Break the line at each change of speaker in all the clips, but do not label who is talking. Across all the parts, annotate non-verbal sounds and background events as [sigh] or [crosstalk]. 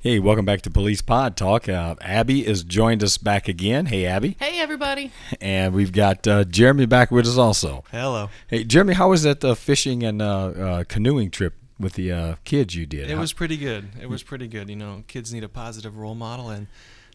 Hey, welcome back to Police Pod Talk. Uh, Abby has joined us back again. Hey, Abby.
Hey, everybody.
And we've got uh, Jeremy back with us also.
Hello.
Hey, Jeremy, how was that uh, fishing and uh, uh, canoeing trip with the uh, kids you did?
It was pretty good. It was pretty good. You know, kids need a positive role model, and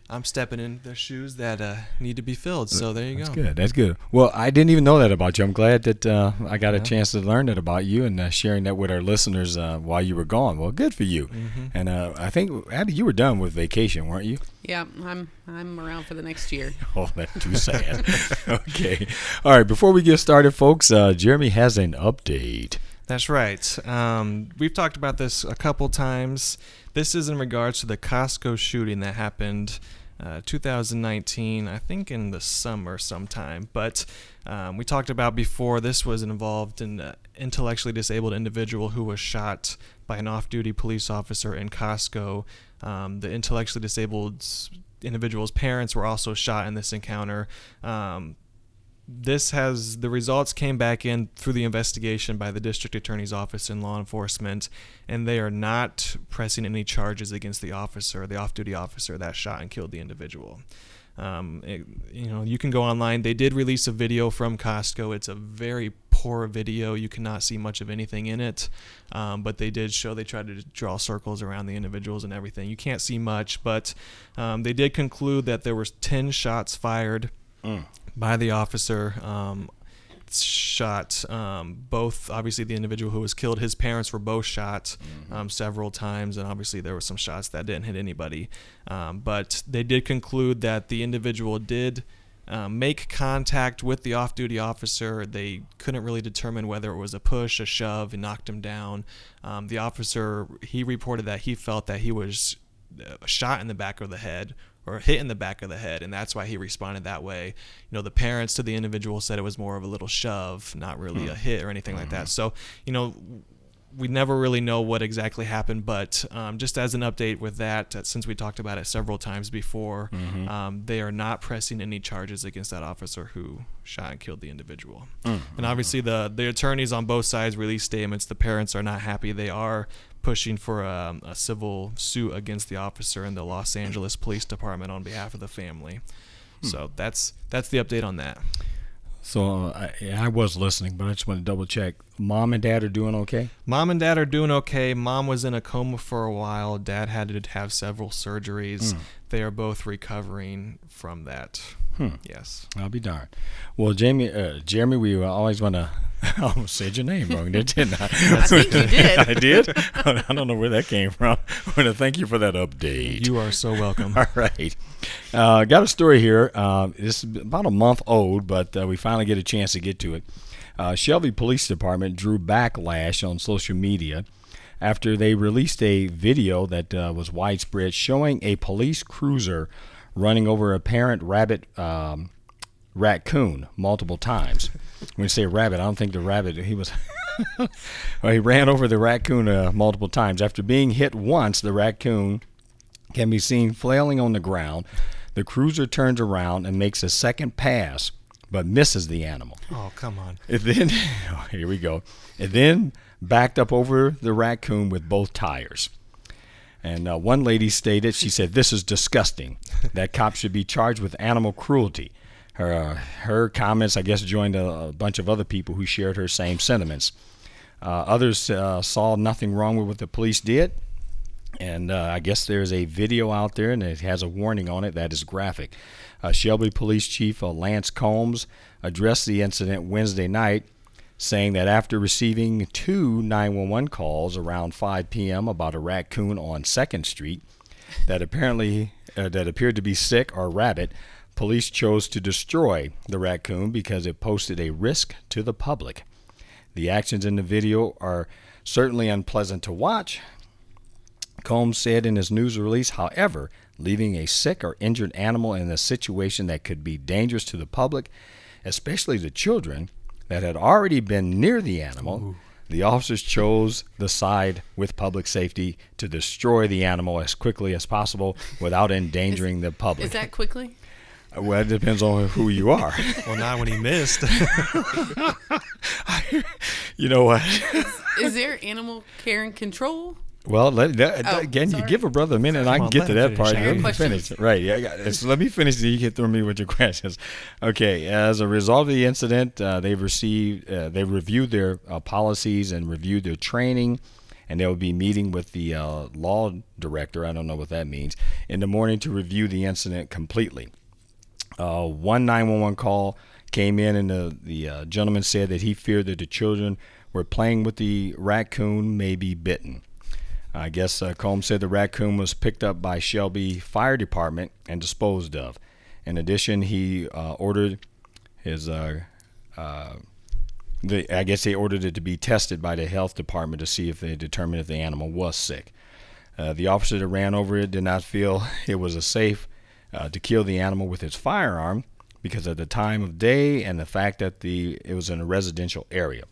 I'm stepping in their shoes that uh, need to be filled. So there you
That's
go.
good. That's good. Well, I didn't even know that about you. I'm glad that uh, I got a chance to learn that about you and uh, sharing that with our listeners uh, while you were gone. Well, good for you.
Mm-hmm.
And uh, I think, Abby, you were done with vacation, weren't you? [laughs]
Yeah, I'm I'm around for the next year.
Oh, that's too
[laughs]
sad. okay. All right. Before we get started, folks, uh, Jeremy has an update.
That's right. Um, we've talked about this a couple times. This is in regards to the Costco shooting that happened. Uh, 2019, I think in the summer sometime, but um, we talked about before this was involved an uh, intellectually disabled individual who was shot by an off duty police officer in Costco. Um, the intellectually disabled individual's parents were also shot in this encounter. Um, this has the results came back in through the investigation by the district attorney's office and law enforcement, and they are not pressing any charges against the officer, the off-duty officer that shot and killed the individual. Um, it- you know, you can go online. They did release a video from Costco. It's a very poor video. You cannot see much of anything in it, um, but they did show they tried to draw circles around the individuals and everything. You can't see much, but um, they did conclude that there was ten shots fired by the officer um, shot um, both obviously the individual who was killed his parents were both shot um, several times and obviously there were some shots that didn't hit anybody um, but they did conclude that the individual did uh, make contact with the off-duty officer they couldn't really determine whether it was a push a shove and knocked him down um, the officer he reported that he felt that he was a shot in the back of the head or hit in the back of the head and that's why he responded that way you know the parents to the individual said it was more of a little shove not really a hit or anything like that so you know we never really know what exactly happened but um, just as an update with that uh, since we talked about it several times before um, they are not pressing any charges against that officer who shot and killed the individual and obviously the the attorneys on both sides release statements the parents are not happy they are pushing for a, a civil suit against the officer and the Los Angeles Police Department on behalf of the family. So that's that's the update on that.
So uh, I, I was listening, but I just want to double check. Mom and dad are doing okay?
Mom and dad are doing okay. Mom was in a coma for a while. Dad had to have several
Hmm.
surgeries. They are both recovering from that.
Hmm.
Yes.
I'll be darned. Well, Jamie, uh, Jeremy, we always want to. [laughs] I almost said your name wrong, didn't
[laughs]
I? I
think you did.
[laughs] I did. I don't know where that came from. [laughs] I want to thank you for that update.
You are so welcome.
[laughs] All right. Uh, got a story here. Uh, this is about a month old, but uh, we finally get a chance to get to it. Uh, Shelby Police Department drew backlash on social media after they released a video that uh, was widespread showing a police cruiser running over a parent rabbit um, raccoon multiple times. When you say rabbit, I don't think the rabbit, he was. [laughs] well, he ran over the raccoon uh, multiple times. After being hit once, the raccoon can be seen flailing on the ground. The cruiser turns around and makes a second pass, but misses the animal.
Oh, come on.
It then, [laughs] oh, here we go. It then backed up over the raccoon with both tires. And uh, one lady stated, she said, "This is disgusting. That cop should be charged with animal cruelty." Her uh, her comments, I guess, joined a, a bunch of other people who shared her same sentiments. Uh, others uh, saw nothing wrong with what the police did, and uh, I guess there's a video out there, and it has a warning on it that is graphic. Uh, Shelby Police Chief uh, Lance Combs addressed the incident Wednesday night, saying that after receiving two 911 calls around 5 p.m. about a raccoon on Second Street that apparently uh, that appeared to be sick or rabid, police chose to destroy the raccoon because it posted a risk to the public. The actions in the video are certainly unpleasant to watch, Combs said in his news release, however, leaving a sick or injured animal in a situation that could be dangerous to the public, especially to children that had already been near the animal, the officers chose the side with public safety to destroy the animal as quickly as possible without endangering the public.
Is that quickly?
well, it depends on who you are.
Well, not when he missed.
[laughs] you know what?
Is there animal care and control?
Well, let, that,
Oh,
again, you
sorry.
give a brother a minute, and I can
on,
get
let
to
him
that
finish.
part.
Now
Let
your
me
questions.
finish. Right. Yeah, I got this. Let me finish. so You get through me with your [laughs] questions. Okay. As a result of the incident, uh, they've received, uh, they reviewed their uh, policies and reviewed their training, and they'll be meeting with the uh, law director. I don't know what that means in the morning to review the incident completely uh, one 911 call came in, and the, the uh, gentleman said that he feared that the children were playing with the raccoon, may be bitten. I guess uh, Combs said the raccoon was picked up by Shelby Fire Department and disposed of. In addition, he uh, ordered his uh, the, I guess they ordered it to be tested by the health department to see if they determined if the animal was sick. Uh, the officer that ran over it did not feel [laughs] it was a safe uh, to kill the animal with his firearm because of the time of day and the fact that the it was in a residential area.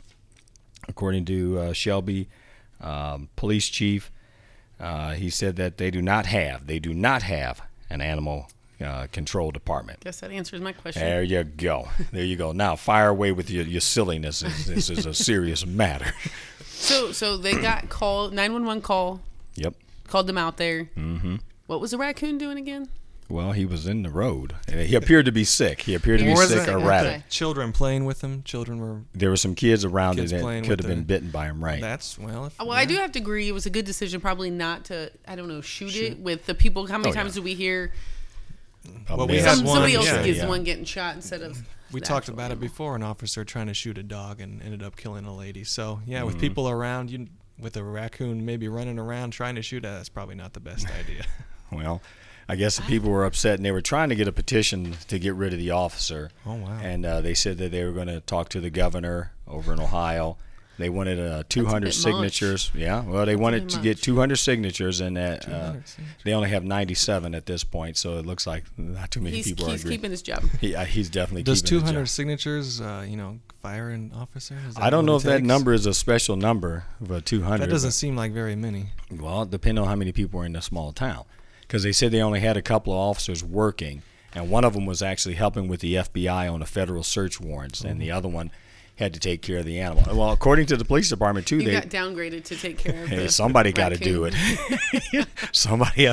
According to uh, Shelby um, Police Chief, uh, he said that they do not have they do not have an animal uh, control department.
Guess that answers my question.
There you go. There you go. Now fire away with your, your silliness. This, this is a serious matter.
So, so they got call nine one one call
Yep.
called them out there. Mm-hmm. What was the raccoon doing again?
Well, he was in the road. And He appeared to be sick. He appeared to be
Or
was
sick
it-
or
okay.
rattled.
Children playing with him. Children were.
There were some kids around
Kids
it
playing
that could
with
have been
the-
bitten by him, right?
That's well. If,
Well, I do have to agree. It was a good decision, probably not to. I don't know, shoot, it with the people. How many
Oh, yeah.
times do we hear
A
Well, we
male
had
some,
one,
somebody else
yeah,
is
yeah.
the one getting shot instead of?
We
the
talked
actual
about it
animal?
before. An officer trying to shoot a dog and ended up killing a lady. So yeah,
Hmm.
with people around, you with a raccoon maybe running around trying to shoot at us, probably not
[laughs]
the best idea.
Well, I guess the people were upset and they were trying to get a petition to get rid of the officer.
Oh, wow.
And uh, they said that they were going to talk to the governor over in Ohio. They wanted uh, 200
much.
signatures. Yeah. Well, they wanted
bit
to
much.
get 200 signatures, and that uh,
200 signatures.
they only have 97 at this point. So it looks like not too many
He's,
people
he's
are agree.
keeping his job.
He, uh, he's definitely
Does
keeping the
200
job.
signatures, uh, you know, fire an officer? Is that
I don't
what
know
it
if that
takes?
number is a special number, but 200.
That doesn't seem like very many.
Well, depending on how many people were in the small town, because they said they only had a couple of officers working, and one of them was actually helping with the FBI on the federal search warrants, and
Mm-hmm.
the other one had to take care of the animal. Well, according to the police department too,
You
they
got downgraded to take care of.
hey,
the
somebody got to do it. [laughs]
raccoon. [laughs]
somebody,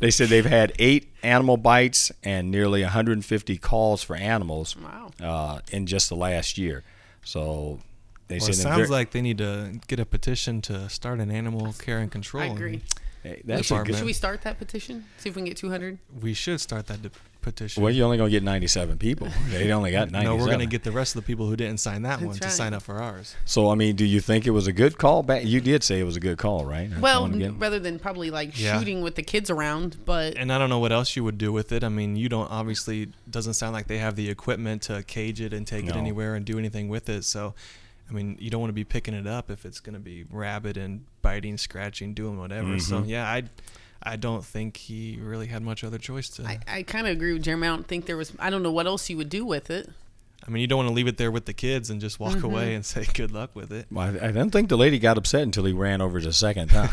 they said they've had eight animal bites and nearly 150 calls for animals
Wow.
uh, in just the last year. So they
Well,
said
it
in
sounds
ver-
like they need to get a petition to start an animal care and control.
I agree.
Hey, that's a
department.
good.
Should we start that petition? See if we can get 200.
We should start that de- petition.
Well, you're only gonna get 97 people. They only got 97.
[laughs] no, we're going to get the rest of the people who didn't sign that one to
right.
sign up for ours.
So I mean, do you think it was a good call? Back you did say it was a good call, right? That's
Well,
one again.
rather than probably like
Yeah.
shooting with the kids around, but
And I don't know what else you would do with it. I mean, you don't obviously doesn't sound like they have the equipment to cage it and take it
No.
anywhere and do anything with it. So, I mean, you don't want to be picking it up if it's going to be rabid and biting, scratching, doing whatever. So, yeah, I I don't think he really had much other choice to.
I,
I,
I kind of agree with Jeremy. I don't think there was. I don't know what else you would do with it.
mean, you don't want to leave it there with the kids and just walk
Mm-hmm.
away and say good luck with it.
Well, I I don't think the lady got upset until he ran over the second
[laughs]
time.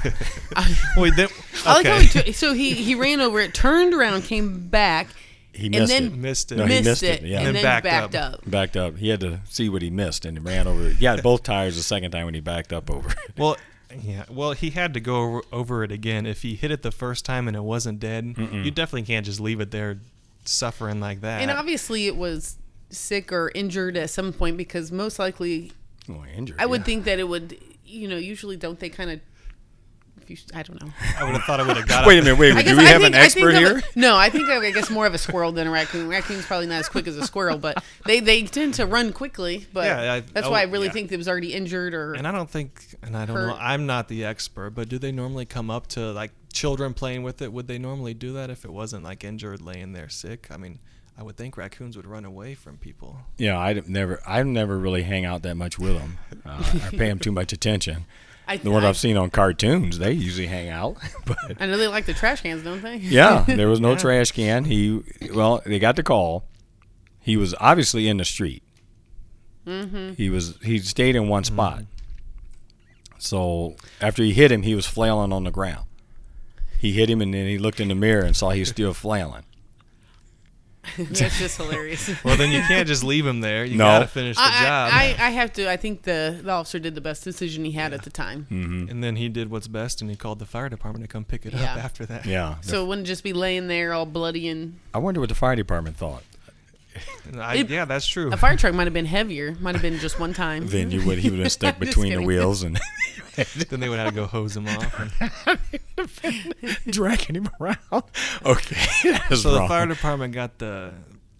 [laughs] Wait, then, okay.
I like how he took, so he he ran over it, turned around, came back,
He
And
missed
then-
it.
missed it.
No, he
missed,
missed
it,
it, yeah.
and, then backed, up.
Backed up. He had to see what he missed, and he ran over. He got both tires the second time when he backed up over. it. [laughs]
Well, yeah. Well, he had to go over, over it again. If he hit it the first time and it wasn't dead, you definitely can't just leave it there suffering like that.
And obviously, it was sick or injured at some point because most likely,
Well, injured.
I would
yeah.
think that it would. You know, usually don't they kind of. If you, I don't know.
I would have thought I would have got
Wait
it.
a minute. Wait. a
I
minute. Do
guess
we
I
have
think-
an
I think
expert
of
here?
a- [laughs] no, I think I guess more of a squirrel than a raccoon. Raccoon's probably not as quick as a squirrel, but they, they tend to run quickly. But
Yeah, I-
that's
oh,
why I really
yeah.
think it was already injured or
And I don't think, and I don't know,
Hurt.
I'm not the expert, but do they normally come up to like children playing with it? Would they normally do that if it wasn't like injured, laying there sick? I mean, I would think raccoons would run away from people.
you know, I never, I never really hang out that much with them, uh, or pay them too much attention.
I-
the one
I-
I've seen on cartoons. They usually hang out, [laughs] but
I know they like the trash cans, don't they?
yeah, there was no trash can. He well, they got the call. He was obviously in the street.
Mm-hmm.
He was he stayed in
Mm-hmm.
one spot. So after he hit him, he was flailing on the ground. He hit him, and then he looked in the mirror and saw
[laughs]
he was still flailing.
[laughs] That's just hilarious.
Well, then you can't just leave him there. You
No.
gotta finish the job.
I, I, I have to. I think the, the officer did the best decision he had at the time.
Hmm. Mm-hmm.
and then he did what's best, and he called the fire department to come pick it
Yeah.
up after that.
Yeah.
So it wouldn't just be laying there all bloody and
I wonder what the fire department thought.
And I,
It-
yeah, that's true.
a fire truck might have been heavier. Might have been just one time.
Then you would he would have stuck
[laughs] Just
between the
kidding.
wheels and [laughs]
then they would have to go hose him off.
[laughs]
and-
dragging him around. [laughs] Okay,
[laughs]
that was
so the
wrong.
fire department got the,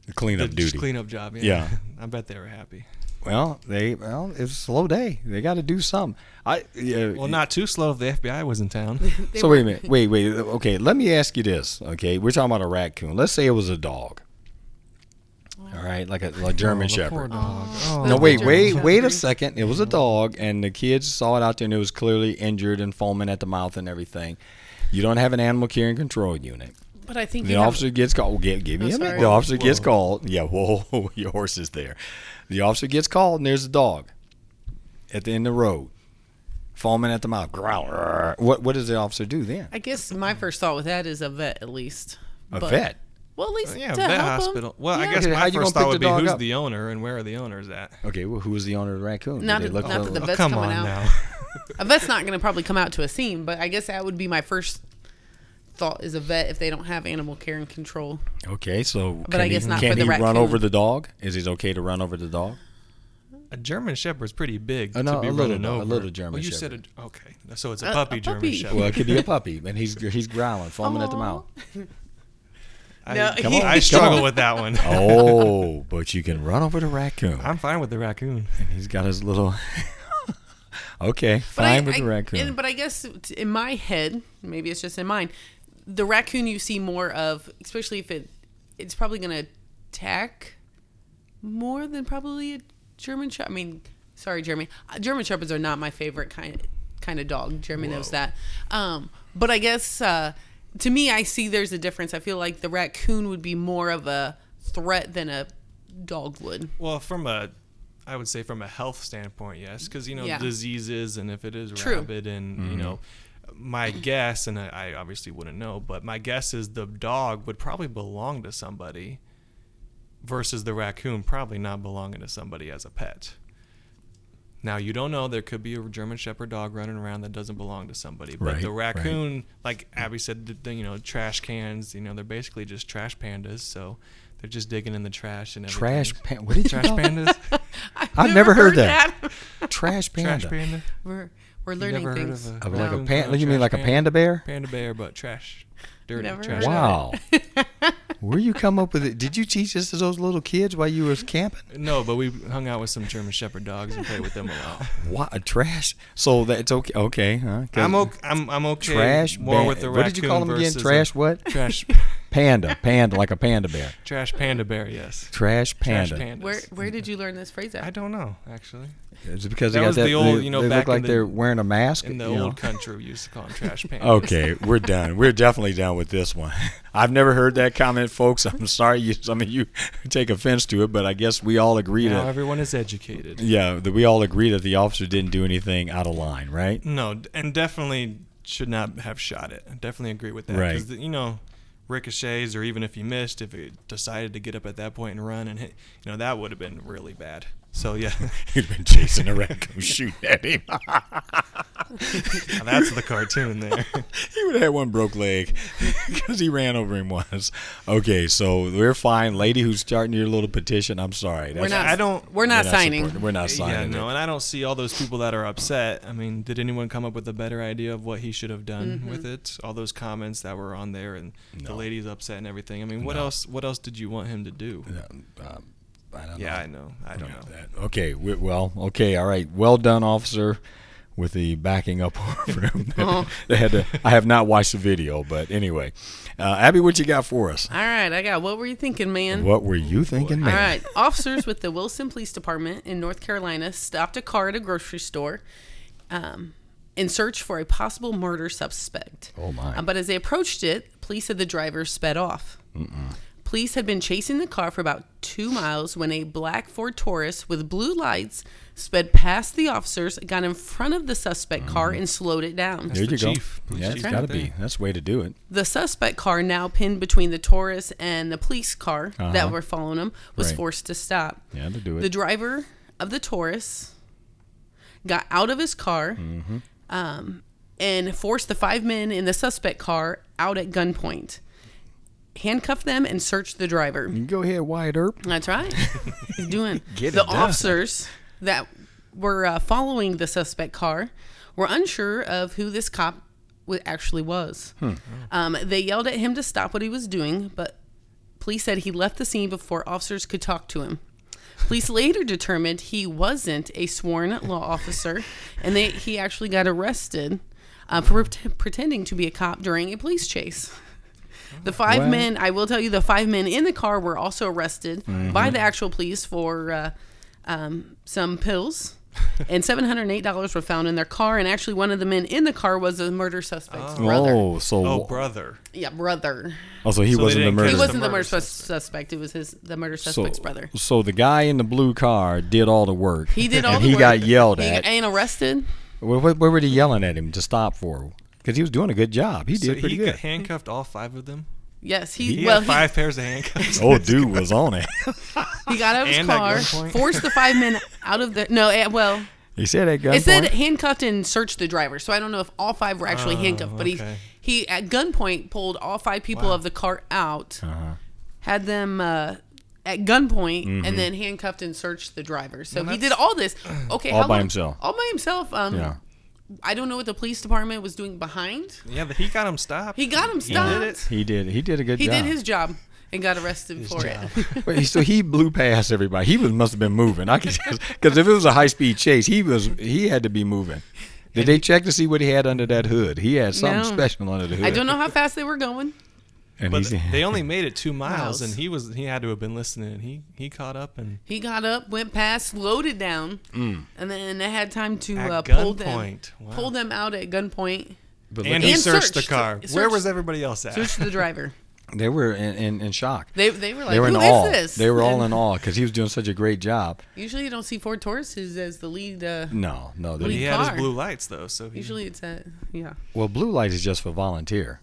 the
cleanup duty.
cleanup job. Yeah.
Yeah.
[laughs] I bet they were happy.
Well, they well, it was a slow day. They got to do something. I yeah,
Well, not too slow if the FBI was in town.
So wait a minute. Wait, wait. Okay, let me ask you this. Okay, we're talking about a raccoon. Let's say it was a dog. All right, like a like German
Oh, the poor
Shepherd.
dog.
No,
Oh.
wait,
German
wait, wait a
Shepherd.
second. It was a dog, and the kids saw it out there, and it was clearly injured and foaming at the mouth and everything. You don't have an animal care and control unit.
But I think
The
you have-
officer gets called. Well, give, give me
I'm
a minute.
sorry.
The officer gets
Whoa.
called. Yeah, whoa, [laughs] your horse is there. The officer gets called, and there's a dog at the end of the road, foaming at the mouth, growl. Rrr. What what does the officer do then?
I guess my first thought with that is a vet at least.
A
But-
vet.
Well, at least
Oh, Yeah,
to
vet
help 'em.
hospital. Well, I
Yeah.
guess
Okay, how
my
you gonna
first thought
pick
would
the
be
dog
who's
up?
the owner and where are the owners at?
Okay, well, who was the owner of the raccoon? Did
Not
they
the-
look
not
for-
the
Oh,
vet's
come
coming out.
on now.
a vet's Uh, not going to probably come out to a scene, but I guess that would be my first thought is a vet if they don't have animal care and control.
Okay, so
But
can
I
he,
guess not
can
for the
he run
raccoon.
over the dog? Is it okay to run over the dog?
[laughs] A German Shepherd's pretty big
Uh, no,
to be
a little
running
dog- a
over.
little German
well, you
Shepherd.
said a, okay, so it's a
A- a
puppy German
puppy.
Shepherd.
Well, it could be a puppy, [laughs] and he's he's growling, foaming at the
Aw.
mouth.
I,
No, Come
on,
[laughs]
I
come
struggle
on.
with
[laughs]
that one.
Oh, but you can run over the raccoon.
I'm fine with the raccoon.
He's got his little. [laughs] okay,
But I-
fine with
I-
the raccoon.
and- but I guess t- in my head, maybe it's just in mine, the raccoon you see more of, especially if it, it's probably going to attack more than probably a German Shepherd. I mean, sorry, German. Uh, German Shepherds are not my favorite kind kind of dog. German knows that. Um, but I guess uh, to me, I see there's a difference. I feel like the raccoon would be more of a threat than a dog would.
Well, from a, I would say from a health standpoint, yes, because you know
Yeah.
diseases and if it is
True.
rabid and
Mm-hmm.
you know, my guess and I, I obviously wouldn't know, but my guess is the dog would probably belong to somebody, versus the raccoon probably not belonging to somebody as a pet. Now you don't know. There could be a German Shepherd dog running around that doesn't belong to somebody. But
Right,
the
right.
raccoon, like Abby said, the- the, you know, trash cans. You know, they're basically just trash pandas. So they're just digging in the trash and everything.
trash pan. What did you
Trash
call it?
pandas?
I've never heard that. Trash panda.
Trash panda?
[laughs] We're, we're
You
learning
never heard
things.
of a,
Of like a
raccoon
pan.
called
You mean
trash
like a panda bear?
Panda bear, but trash. Dirty
Never
trash.
heard of
panda.
Wow. Where you come up with it? Did you teach this to those little kids while you was camping?
No, but we hung out with some German Shepherd dogs and played with them a [laughs] lot.
What a trash. So that's okay. Okay. Huh? 'Cause
I'm okay. I'm, I'm okay.
Trash.
more
ban-
with the
what did you
raccoon
call them again?
versus a-
Trash what?
[laughs] Trash.
Panda. Panda. Like a panda bear.
trash panda bear. Yes.
Trash panda.
Trash pandas.
Where where did you learn this phrase
I
at?
don't know actually.
Is it because
That
they got
was
that?
the old,
they,
you know,
they
back
look
in
like
the-
they're wearing a mask.
In the
you know?
old country, we used to call them trash pandas.
[laughs] Okay, we're done. We're definitely done with this one. [laughs] I've never heard that comment, folks. [laughs] I'm sorry you, some of you [laughs] take offense to it, but I guess we all agree
Now
that
everyone is educated.
yeah, that we all agree that the officer didn't do anything out of line, right?
[laughs] No, d- and definitely should not have shot it. I definitely agree with that.
Right.
'cause the- you know, ricochets, or even if he missed, if he decided to get up at that point and run and hit, you know, that would have been really bad. So, yeah, [laughs]
He'd been chasing a raccoon, shooting at him.
now that's the
[laughs]
cartoon there.
he would have had one broke leg [laughs] because he ran over him once. Okay, so we're fine, lady. Who's starting your little petition? I'm sorry.
We're not.
I don't-
We're not,
we're
signing.
supporting- We're not
yeah,
signing.
no,
it.
and I don't see all those people that are upset. I mean, did anyone come up with a better idea of what he should have done with it? All those comments that were on there and the lady's upset and everything. I mean, what else? What else did you want him to do?
Um, I don't
Yeah,
know.
I know. I don't know.
That- Okay. We, well. Okay. All right. Well done, officer, with the backing up [laughs] for
[laughs]
him.
Oh.
they had to. I have not watched the video, but anyway, uh, Abby, what you got for us?
All right, I got. What were you thinking, man?
What were you thinking, man?
All right, officers with the Wilson Police Department in North Carolina stopped a car at a grocery store. Um, in search for a possible murder suspect.
Oh, my.
Uh, but as they approached it, police said the driver sped off. Police had been chasing the car for about two miles when a black Ford Taurus with blue lights sped past the officers, got in front of the suspect car,
Mm-hmm.
and slowed it down.
There
the
you go.
chief. That's
Yeah,
the
it's
chief
got to
right there.
be. That's the way to do it.
The suspect car, now pinned between the Taurus and the police car that were following him, was
Right.
forced to stop.
Yeah, to do
The
it.
driver of the Taurus got out of his car um, and forced the five men in the suspect car out at gunpoint, handcuffed them, and searched the driver.
You go ahead, Wyatt Earp. [laughs]
That's right. He's doing.
Get it
the
done.
officers that were uh, following the suspect car were unsure of who this cop wa- actually was.
Hmm.
Um, they yelled at him to stop what he was doing, but police said he left the scene before officers could talk to him. Police later determined he wasn't a sworn law officer, and they, he actually got arrested uh, for pret- pretending to be a cop during a police chase. The five
Well-
men, I will tell you, the five men in the car were also arrested by the actual police for uh, um, some pills. and seven hundred eight dollars were found in their car, and actually, one of the men in the car was a murder suspect's brother.
Oh, so
Oh, brother.
Yeah, brother.
oh, so he
So they
wasn't the murderer.
didn't catch
He
There's the
wasn't the
murder
murder sus- suspect. It was his the murder suspect's brother.
So the guy in the blue car did all the work.
He did
[laughs]
all
and
the
he
work.
got yelled
He
at.
and arrested.
What, what, what were they yelling at him to stop for? Because he was doing a good job. He
So
did
he
pretty
got
good.
handcuffed all five of them.
Yes, he,
He
well
had
he-
five pairs
[laughs]
of
[laughs]
handcuffs.
Old dude was on it. [laughs]
he, got out of his
And at
car, [laughs]
gunpoint.
forced the five men out of the no. eh, Well,
He said that guy.
it said handcuffed and searched the driver, so I don't know if all five were actually handcuffed. But
Oh, okay.
he he at gunpoint pulled all five people of the car out, had them. Uh, at gunpoint,
Mm-hmm.
and then handcuffed and searched the driver. So he did all this. Okay,
All
how
by
long-
himself.
All by himself. Um,
Yeah.
I don't know what the police department was doing behind.
Yeah, but he got him stopped.
He got him
He
stopped.
did it.
He did. He did a good
He
job.
did his job and got arrested for [laughs] it.
[laughs] But he- so he blew past everybody. He was must have been moving. I could [laughs] because if it was a high speed chase, he was he had to be moving. Did they check to see what he had under that hood? He had something
No.
special under the hood.
I don't know how fast they were going.
And
But
he's-
they only made it two miles,
Miles.
and he was he had to have been listening. And he he caught up and
He got up, went past, loaded down,
Mm.
and then they had time to
At
uh, pull them,
gunpoint. Wow.
pull them out at
[laughs]
gunpoint.
[laughs] but
and
look,
he
And
searched, the
searched.
car. Where
Searched.
was everybody else at?
Search the driver.
they were in, in, in shock.
They, they were like,
They were in
who is
awe.
this?
They were all in
And
awe because he was doing such a great job.
Usually you don't see Ford Tauruses as the lead. Uh,
No, no.
What do
They,
He
you-
had
car.
his blue lights though, so he,
usually it's a
[laughs]
yeah. [laughs]
well, blue light is just for
[laughs]
volunteer.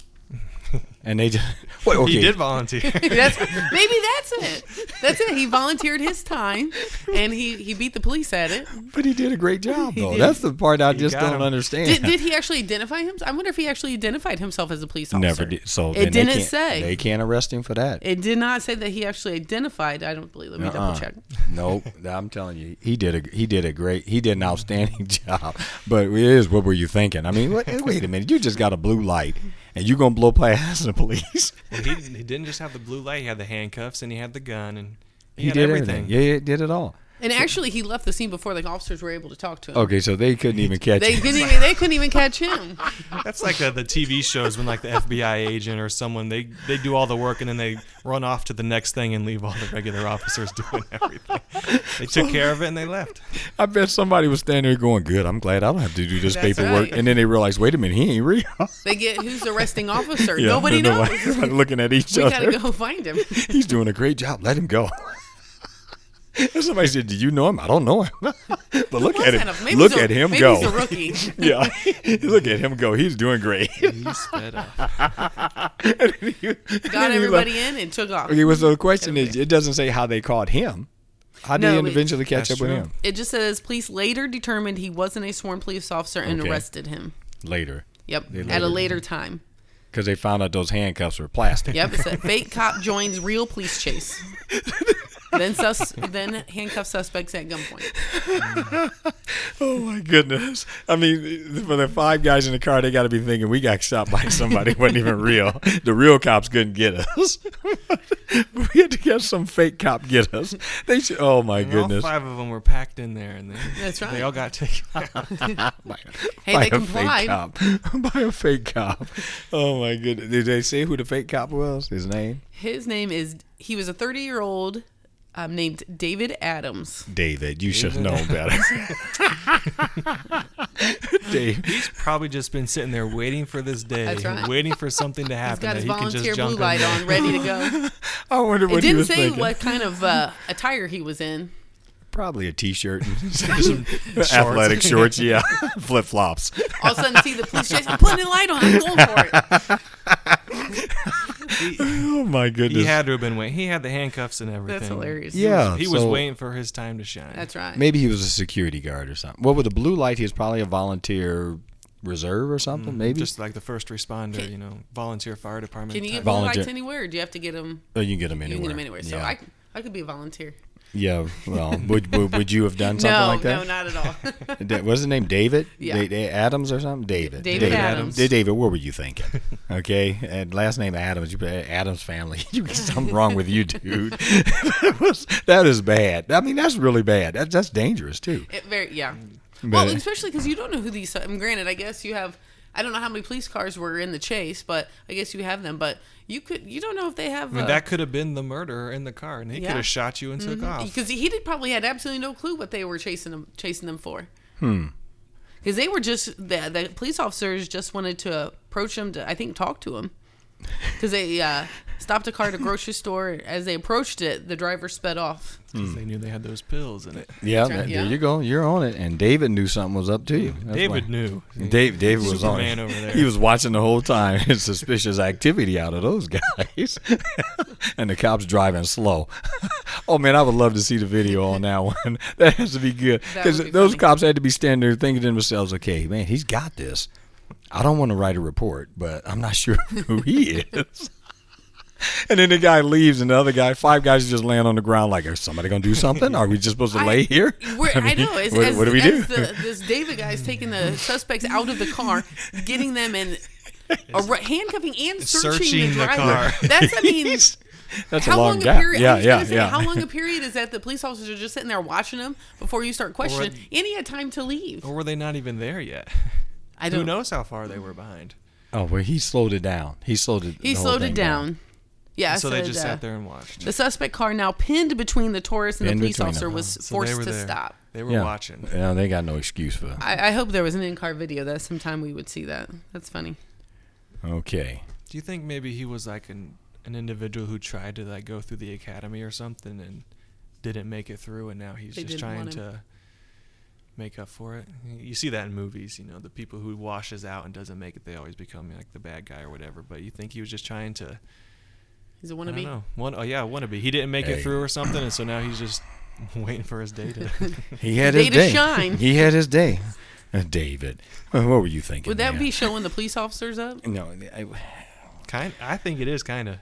And they just wait. Okay,
he
[laughs]
did volunteer.
That's, maybe that's it. That's it. He volunteered his time, and he, he beat the police at it.
but he did a great job though.
did.
That's the part I just
got
don't
him.
understand.
Did, did he actually identify himself? I wonder if he actually identified himself as a police officer.
[laughs] Never did. So then
it didn't
they can't,
say.
they can't arrest him for that.
It did not say that he actually identified. I don't believe. Let me
Uh-uh.
double check.
[laughs] Nope, I'm telling you, he did a he did a great he did an outstanding [laughs] job. But it is what were you thinking? I mean, what, wait a minute, you just got a blue light and you gonna blow past the police? [laughs]
Well, he, he didn't just have the blue light; he had the handcuffs and he had the gun and he,
He
had
did
everything.
Yeah, he did it all.
And actually, he left the scene before the officers were able to talk to him.
Okay, so they couldn't even catch [laughs]
They
him.
couldn't even. They couldn't even catch him.
That's like uh the TV shows when like the FBI agent or someone they they do all the work and then they run off to the next thing and leave all the regular officers [laughs] doing everything. They
[laughs]
took care of it and they left.
I bet somebody was standing there going, "Good, I'm glad I don't have to do this
That's
paperwork."
right.
And then they realized, "Wait a minute, he ain't real." [laughs]
They get who's the arresting officer.
Yeah,
Nobody knows.
[laughs] Everybody looking at each
We
other.
gotta go find him.
[laughs] He's doing a great job. Let him go. [laughs] And somebody said, "Do you know him?" I don't know him, [laughs] but look at
Wasn't
him.
a- maybe
Look
he's a-
at him
maybe
go.
He's a rookie.
[laughs] yeah, [laughs] look at him go. He's doing great. [laughs]
He sped up.
Got everybody in and took off.
Okay, well, so the question is, it doesn't say how they caught him. How did
No,
he
it-
eventually catch
That's
up with
true.
him?
It just says police later determined he wasn't a sworn police officer and
Okay.
arrested him.
Later,
Yep, at
later-
a later time.
because they found out those handcuffs were plastic.
Yep, it said fake cop joins real police chase. then sus- then handcuff suspects at gunpoint.
Oh my goodness! I mean, for the five guys in the car, they got to be thinking we got shot by somebody [laughs] who wasn't even real. The real cops couldn't get us. [laughs] we had to get some fake cop get us. They should, oh my
And
goodness!
All five of them were packed in there and they,
[laughs] That's right.
they all got taken.
[laughs]
[laughs]
by,
Hey,
by
they
a fake
complied.
cop. [laughs] by a fake cop. Oh my goodness! Did they say who the fake cop was? His name?
His name is he was a 30 year old um, named David Adams.
David, you should have known better. [laughs] Dave,
He's probably just been sitting there waiting for this day,
That's right.
waiting for something to
He's
happen
got
that
his
he can just
volunteer blue
jump in
light
there.
on, ready to go.
I wonder what
It
he
didn't
was
say
thinking.
what kind of uh, attire he was in.
Probably a t-shirt, [laughs] and some athletic [laughs] shorts, yeah, flip flops.
All of a sudden, see the police chase. I'm putting the light on. I'm going for it.
Oh my
He
goodness!
had to have been waiting. He had the handcuffs and everything.
That's hilarious.
yeah,
He was
so
waiting for his time to shine.
That's right.
Maybe he was a security guard or something. Well, with the blue light, he was probably a volunteer reserve or something. Maybe
Just like the first responder, you know, volunteer fire department.
Can you
type.
get blue
Volunteer.
lights anywhere? Or do you have to get them?
Oh, you can get them
You
anywhere.
can get them anywhere. So
yeah.
I, I could be a volunteer.
yeah. [laughs] Well, would, would would you have done something
no,
like that?
no, not at all.
[laughs] Da- What's his name? David?
Yeah.
Da- Da- Adams or something? David.
David Adams.
Da- David, what were you thinking? Okay. And last name Adams. You put Adams family. [laughs] You
[laughs]
something wrong with you, dude. that, was, that is bad. I mean, that's really bad. That, that's dangerous too.
It very yeah.
But-
Mm.
well, especially because you don't know who these. I mean, granted, I guess you have. I don't know how many police cars were in the chase, but I guess you have them. But you could. You don't know if they have.
I mean, that could have been the murderer in the car, and he
Yeah. Mm-hmm.
could have shot you and took off.
because he did probably had absolutely no clue what they were chasing them chasing them for. Hmm. Because they were just the the police officers just wanted to approach him to I think talk to him because they uh, stopped a car at a grocery store. As they approached it, the driver sped off.
Hmm.
'Cause They knew they had those pills in it.
Yeah,
right,
that-
yeah.
There you go. You're on it. And David knew something was up to you. That's
David
why.
knew.
Dave, David was on.
Superman
it. [laughs]
over there.
He was watching the whole time. [laughs] It's suspicious activity out of those guys, [laughs] and the cops driving slow. [laughs] oh man, I would love to see the video on that [laughs] one. That has to be good
That
because
would be
those
funny.
cops had to be standing there thinking to themselves, "Okay, man, he's got this. I don't want to write a report, but I'm not [laughs] sure who he is." [laughs] And then the guy leaves, and the other guy, five guys, just laying on the ground like, "Are somebody gonna do something? Are we just supposed to
I-
lay here?" [laughs]
We're, I,
mean,
know. As,
what,
as,
what do we do?
as The, this David guy's taking the suspects out of the car, getting them in ar- handcuffing and searching,
Searching
the
the
driver.
car.
That's
[laughs]
I mean,
He's- That's
how
a long,
long
gap.
a period? I
Yeah,
was
yeah,
gonna say,
yeah.
How
[laughs]
[laughs]
long a period is that the police officers are just sitting there watching him before you start questioning? and he had time to leave.
Or were they not even there yet?
I
Who
don't know.
knows how far they were behind?
Oh well, he slowed it down. He slowed it.
He
the whole
slowed
thing
it down. Yeah,
so
I
they
said,
just
uh,
sat there and watched.
The suspect car now pinned between the Taurus and
Pinned
the police
between
officer
them.
was
So they
forced
were
to
there.
stop.
They were watching.
Yeah, they got no excuse for that.
I, I hope there was an in-car video that sometime we would see that. That's funny.
Okay.
Do you think maybe he was like an an individual who tried to like go through the academy or something and didn't make it through, and now he's
They
just
didn't
trying
want him.
to make up for it? You see that in movies, you know, the people who washes out and doesn't make it, they always become like the bad guy or whatever. But you think he was just trying to,
He's a
I don't
wannabe.
know, one, oh yeah, wannabe. He didn't make
Hey.
it through or something, and so now he's just [laughs] waiting for his day to.
[laughs]
He had
Day
his
to
day.
shine.
He had his day. Uh, David, uh, what were you thinking?
Would that
man?
be showing the police officers up?
No, [laughs] I,
kind, I think it is kind of.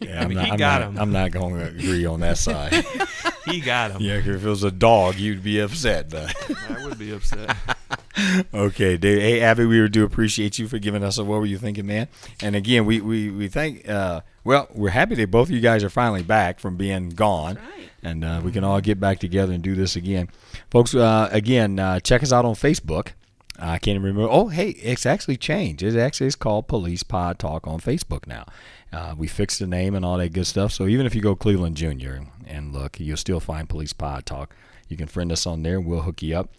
yeah,
I
I'm
mean,
not,
he
I'm
got
not-
him.
I'm not going to agree on that [laughs] side.
He got him.
yeah, 'cause if it was a dog, you'd be upset. But
I would be upset.
okay, Dave, hey Abby, we do appreciate you for giving us a what were you thinking, man. And again, we we we thank. Uh, well, we're happy that both of you guys are finally back from being gone.
right.
and uh, we can all get back together and do this again, folks. Uh, again, uh, check us out on Facebook. I can't even remember. Oh, hey, it's actually changed. It actually is called Police Pod Talk on Facebook now. Uh, we fixed the name and all that good stuff. So even if you go Cleveland Junior and look, you'll still find Police Pod Talk. You can friend us on there. and We'll hook you up.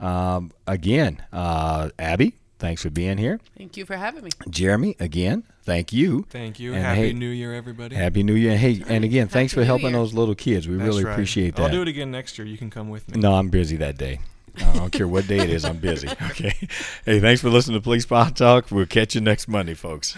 Um, again, uh, Abby, thanks for being here.
Thank you for having me.
Jeremy, again, thank you.
Thank you.
And
Happy
hey-
New Year, everybody.
Happy New Year. Hey, and again, thanks for
New
helping
Year.
those little kids. We
That's
really
right.
appreciate that.
I'll do it again next year. You can come with me.
No, I'm busy that day. I don't care
[laughs]
what day it is. I'm busy. Okay. Hey, thanks for listening to Police Pod Talk. We'll catch you next Monday, folks.